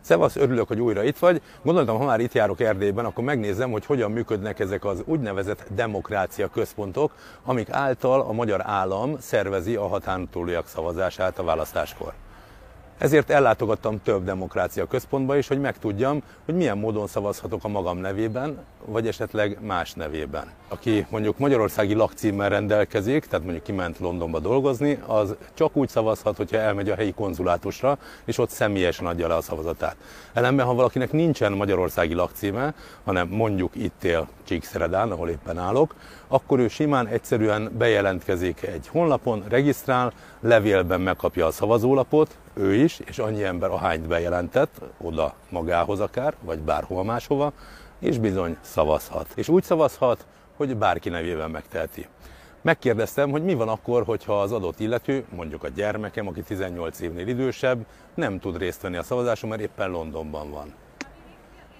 Szevasz, örülök, hogy újra itt vagy. Gondoltam, ha már itt járok Erdélyben, akkor megnézem, hogy hogyan működnek ezek az úgynevezett demokrácia központok, amik által a magyar állam szervezi a határon túliak szavazását a választáskor. Ezért ellátogattam több demokrácia központba is, hogy megtudjam, hogy milyen módon szavazhatok a magam nevében, vagy esetleg más nevében. Aki mondjuk magyarországi lakcímmel rendelkezik, tehát mondjuk kiment Londonba dolgozni, az csak úgy szavazhat, hogyha elmegy a helyi konzulátusra, és ott személyesen adja le a szavazatát. Ellenben, ha valakinek nincsen magyarországi lakcíme, hanem mondjuk itt él Csíkszeredán, ahol éppen állok, akkor ő simán egyszerűen bejelentkezik egy honlapon, regisztrál, levélben megkapja a szavazólapot, ő is, és annyi ember ahányt bejelentett, oda magához akár, vagy bárhova máshova, és bizony szavazhat. És úgy szavazhat, hogy bárki nevében megteheti. Megkérdeztem, hogy mi van akkor, hogyha az adott illető, mondjuk a gyermekem, aki 18 évnél idősebb, nem tud részt venni a szavazáson, mert éppen Londonban van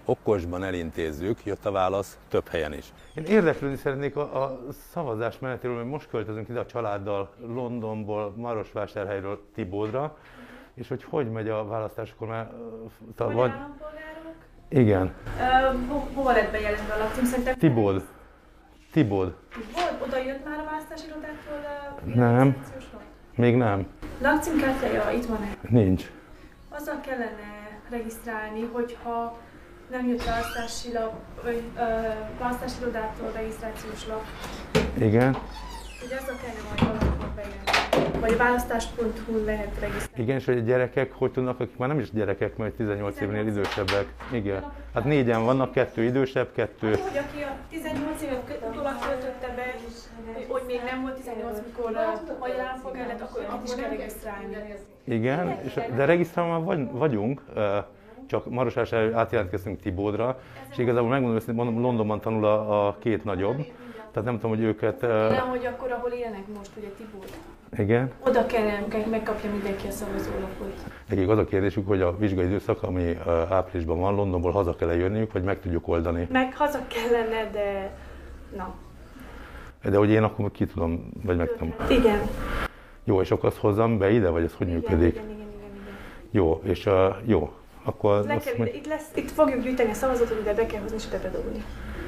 okosban elintézzük, jött a válasz több helyen is. Én érdeklődni szeretnék a, a szavazás menetéről, mert most költözünk ide a családdal Londonból, Marosvásárhelyről Tibódra, és hogy hogy megy a választás, akkor már... Magyar vagy... állampolgárok? Igen, Ö, Hova lett bejelentve a lakcím szerintem? Tibód. Tibód. Volt, oda jött már a választási irodától a Nem. regisztrációs lap? Még nem? Lakcímkártyája itt van-e? Nincs. Azzal kellene regisztrálni, hogyha nem jött választási, lap, vagy, ö, választási irodától regisztrációs lap, Igen. hogy azzal kellene majd valamikor bejelenteni. Vagy választás.hu lehet regisztrálni. Igen, és hogy a gyerekek hogy tudnak, akik már nem is gyerekek, mert 18 évnél idősebbek. Igen. Hát négyen vannak, kettő idősebb, kettő... Hogy aki a 18 évet kö- utólag töltötte be, hogy még nem volt 18, mikor a magyar állampolgár lett, akkor ott is kell regisztrálni. Igen, és, de regisztrálva már vagy, vagyunk, ö, csak Marosvásárhelyről átjelentkeztünk Tibódra, és igazából megmondom, hogy mondom, Londonban tanul a, a két nagyobb, tehát nem tudom, hogy őket... ö, Nem, hogy akkor, ahol élnek most, ugye Tibor. Igen. Oda kellene, amikor megkapja mindenki a szavazólapot. Nekik az a kérdésük, hogy a vizsgai időszak, ami ö, áprilisban van, Londonból haza kell -e jönniük, vagy meg tudjuk oldani. Meg haza kellene, de... Na. De hogy én akkor ki tudom, vagy meg tudom. Igen. Jó, és akkor azt hozzam be ide, vagy ez hogy Igen, igen, működik? igen, igen, igen. Jó, és ö, jó. Akkor Le kell, azt ide, mondja, itt, lesz, itt fogjuk gyűjteni a szavazatot, ide be kell hozni, és ide bedobni.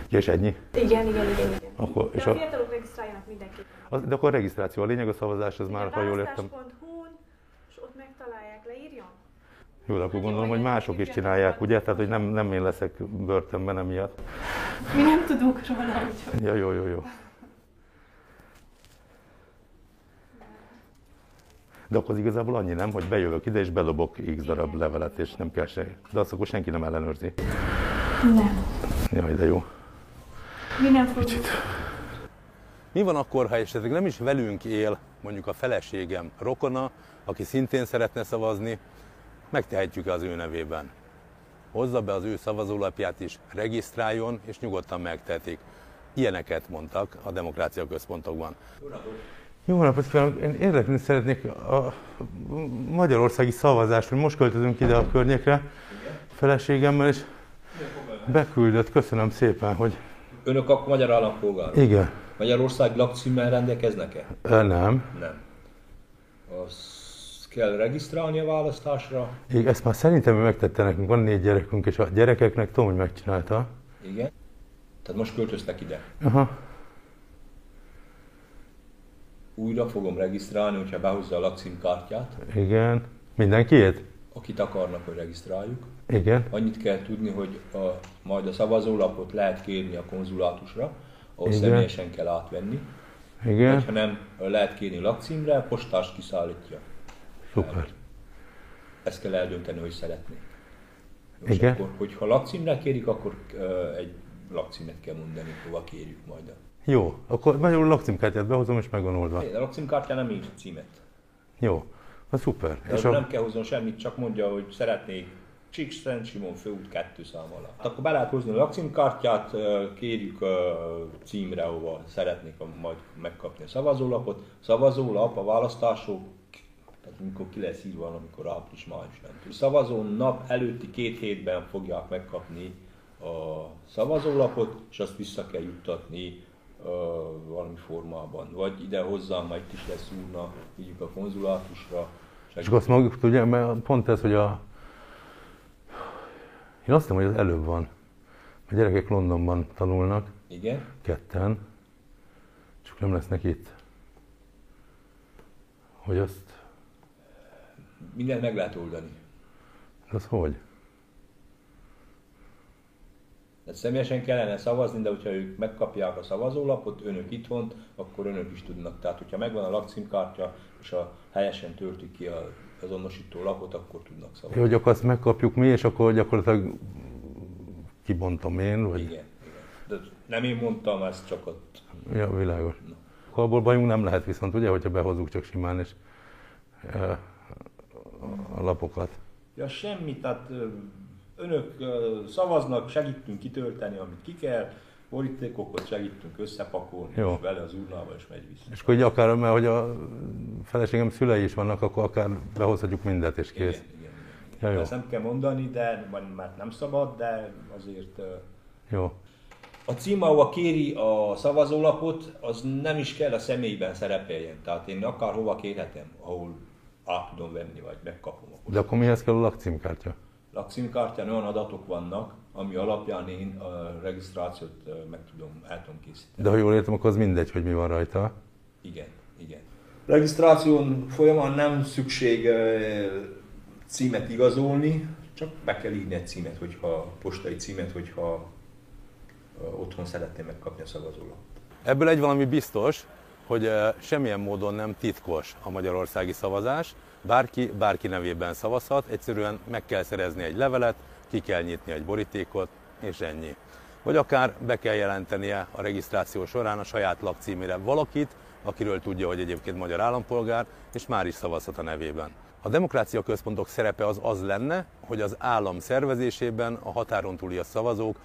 Ja, és ennyi. Igen, igen, igen, igen. Akkor, De és a a, fiatalok regisztráljanak mindenképpen. az, de akkor a regisztráció, a lényeg a szavazás, az már, ha jól értem. Választás.hu-n, és ott megtalálják, leírjon? Jó, de akkor gondolom, hogy mások is csinálják, ugye? Tehát, hogy nem, nem én leszek börtönben emiatt. Mi nem tudunk róla, úgyhogy. Ja, jó, jó, jó. De akkor az igazából annyi nem, hogy bejövök ide és bedobok x darab levelet, és nem kell se. De azt akkor senki nem ellenőrzi. Nem. Jaj, de jó. Mi nem fogunk. Mi van akkor, ha esetleg nem is velünk él mondjuk a feleségem rokona, aki szintén szeretne szavazni, megtehetjük az ő nevében. Hozza be az ő szavazólapját is, regisztráljon, és nyugodtan megtehetik. Ilyeneket mondtak a demokrácia központokban. Jó napot kívánok! Én érdeklődni szeretnék a magyarországi szavazást, hogy most költözünk ide a környékre feleségemmel, és beküldött. Köszönöm szépen, hogy Önök akkor magyar állampolgárok? igen, Magyarország lakcímmel rendelkeznek-e? Ö, nem. Nem. Azt kell regisztrálni a választásra? Igen, ezt már szerintem ő megtette nekünk, van négy gyerekünk, és a gyerekeknek tudom, hogy megcsinálta. Igen. Tehát most költöztek ide. Aha. Újra fogom regisztrálni, hogyha behozza a lakcímkártyát, Igen. Mindenkiét? akit akarnak, hogy regisztráljuk. Igen. Annyit kell tudni, hogy a, majd a szavazólapot lehet kérni a konzulátusra, ahol Igen. személyesen kell átvenni. Igen. Vagy ha nem, lehet kérni lakcímre, postás kiszállítja. Szuper. ezt kell eldönteni, hogy szeretnék. És Igen. akkor, hogyha lakcímre kérik, akkor ö, egy lakcímet kell mondani, hova kérjük majd. a- Jó, akkor magyarul lakcímkártyát behozom, és meg van oldva. A lakcímkártyán nem ír címet. Jó. Na, szuper. És És nem a... kell hozzon semmit, csak mondja, hogy szeretnék Csík Szent Simon főút 2 szám alá. Akkor be lehet hozni a lakcímkártyát, ö, kérjük ö, címre, hova szeretnék a- majd megkapni a szavazólapot. Szavazólap a választások tehát amikor ki lesz írva, amikor április, május nem tudom. Szavazó nap előtti két hétben fogják megkapni a szavazólapot, és azt vissza kell juttatni ö, valami formában. Vagy ide hozzám, majd itt is lesz úrna, vigyük a konzulátusra. És akkor azt maguk tudják, mert pont ez, hogy a Én azt hiszem, hogy az előbb van. A gyerekek Londonban tanulnak, Igen. ketten, csak nem lesznek itt. Hogy azt, Mindent meg lehet oldani. az hogy? Tehát személyesen kellene szavazni, de hogyha ők megkapják a szavazólapot, önök itthon, akkor önök is tudnak. Tehát, hogyha megvan a lakcímkártya, és a helyesen töltik ki a azonosító lapot, akkor tudnak Jó, szavazni. hogy akkor azt megkapjuk mi, és akkor gyakorlatilag kibontom én, vagy... Igen, igen. De nem én mondtam, ez csak ott. Ja, világos. Akkor abból bajunk nem lehet viszont, ugye, hogyha behozzuk csak simán és e, a lapokat. Ja, semmi, tehát ö, önök ö, szavaznak, segítünk kitölteni, amit ki kell, borítékokat segítünk összepakolni, Jó. és vele az urnába is megy vissza. És akkor így akár, mert hogy a feleségem szülei is vannak, akkor akár behozhatjuk mindet, és Igen, kész. igen, igen. Ja, jó, Ezt nem kell mondani, de mert nem szabad, de azért ö, jó. A cím, ahova kéri a szavazólapot, az nem is kell a személyben szerepeljen. Tehát én akárhova kérhetem, ahol át tudom venni, vagy megkapom. De akkor mihez kell a lakcímkártya? A címkártyán olyan adatok vannak, ami alapján én a regisztrációt ö, meg tudom, el tudom készíteni. De ha jól értem, akkor az mindegy, hogy mi van rajta. Igen, igen. Regisztráción folyamán nem szükség ö, címet igazolni, csak be kell írni egy címet, hogyha postai címet, hogyha ö, otthon szeretném megkapni a szavazólapot. Ebből egy valami biztos, hogy eh, semmilyen módon nem titkos a magyarországi szavazás. Bárki bárki nevében szavazhat, egyszerűen meg kell szerezni egy levelet, ki kell nyitni egy borítékot, és ennyi. Vagy akár be kell jelentenie a regisztráció során a saját lakcímére valakit, akiről tudja, hogy egyébként magyar állampolgár, és már is szavazhat a nevében. A demokrácia központok szerepe az az lenne, hogy az állam szervezésében a határon túli a szavazók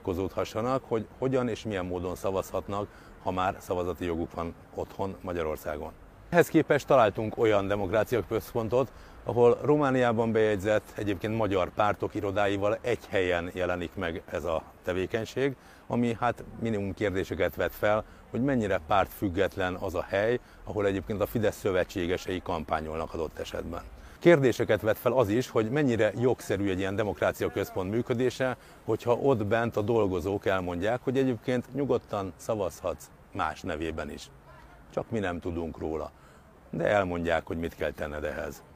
tájékozódhassanak, hogy hogyan és milyen módon szavazhatnak, ha már szavazati joguk van otthon Magyarországon. Ehhez képest találtunk olyan demokrácia központot, ahol Romániában bejegyzett, egyébként magyar pártok irodáival egy helyen jelenik meg ez a tevékenység, ami hát minimum kérdéseket vet fel, hogy mennyire pártfüggetlen az a hely, ahol egyébként a Fidesz szövetségesei kampányolnak adott esetben. Kérdéseket vet fel az is, hogy mennyire jogszerű egy ilyen demokrácia központ működése, hogyha ott bent a dolgozók elmondják, hogy egyébként nyugodtan szavazhatsz más nevében is. Csak mi nem tudunk róla. De elmondják, hogy mit kell tenned ehhez.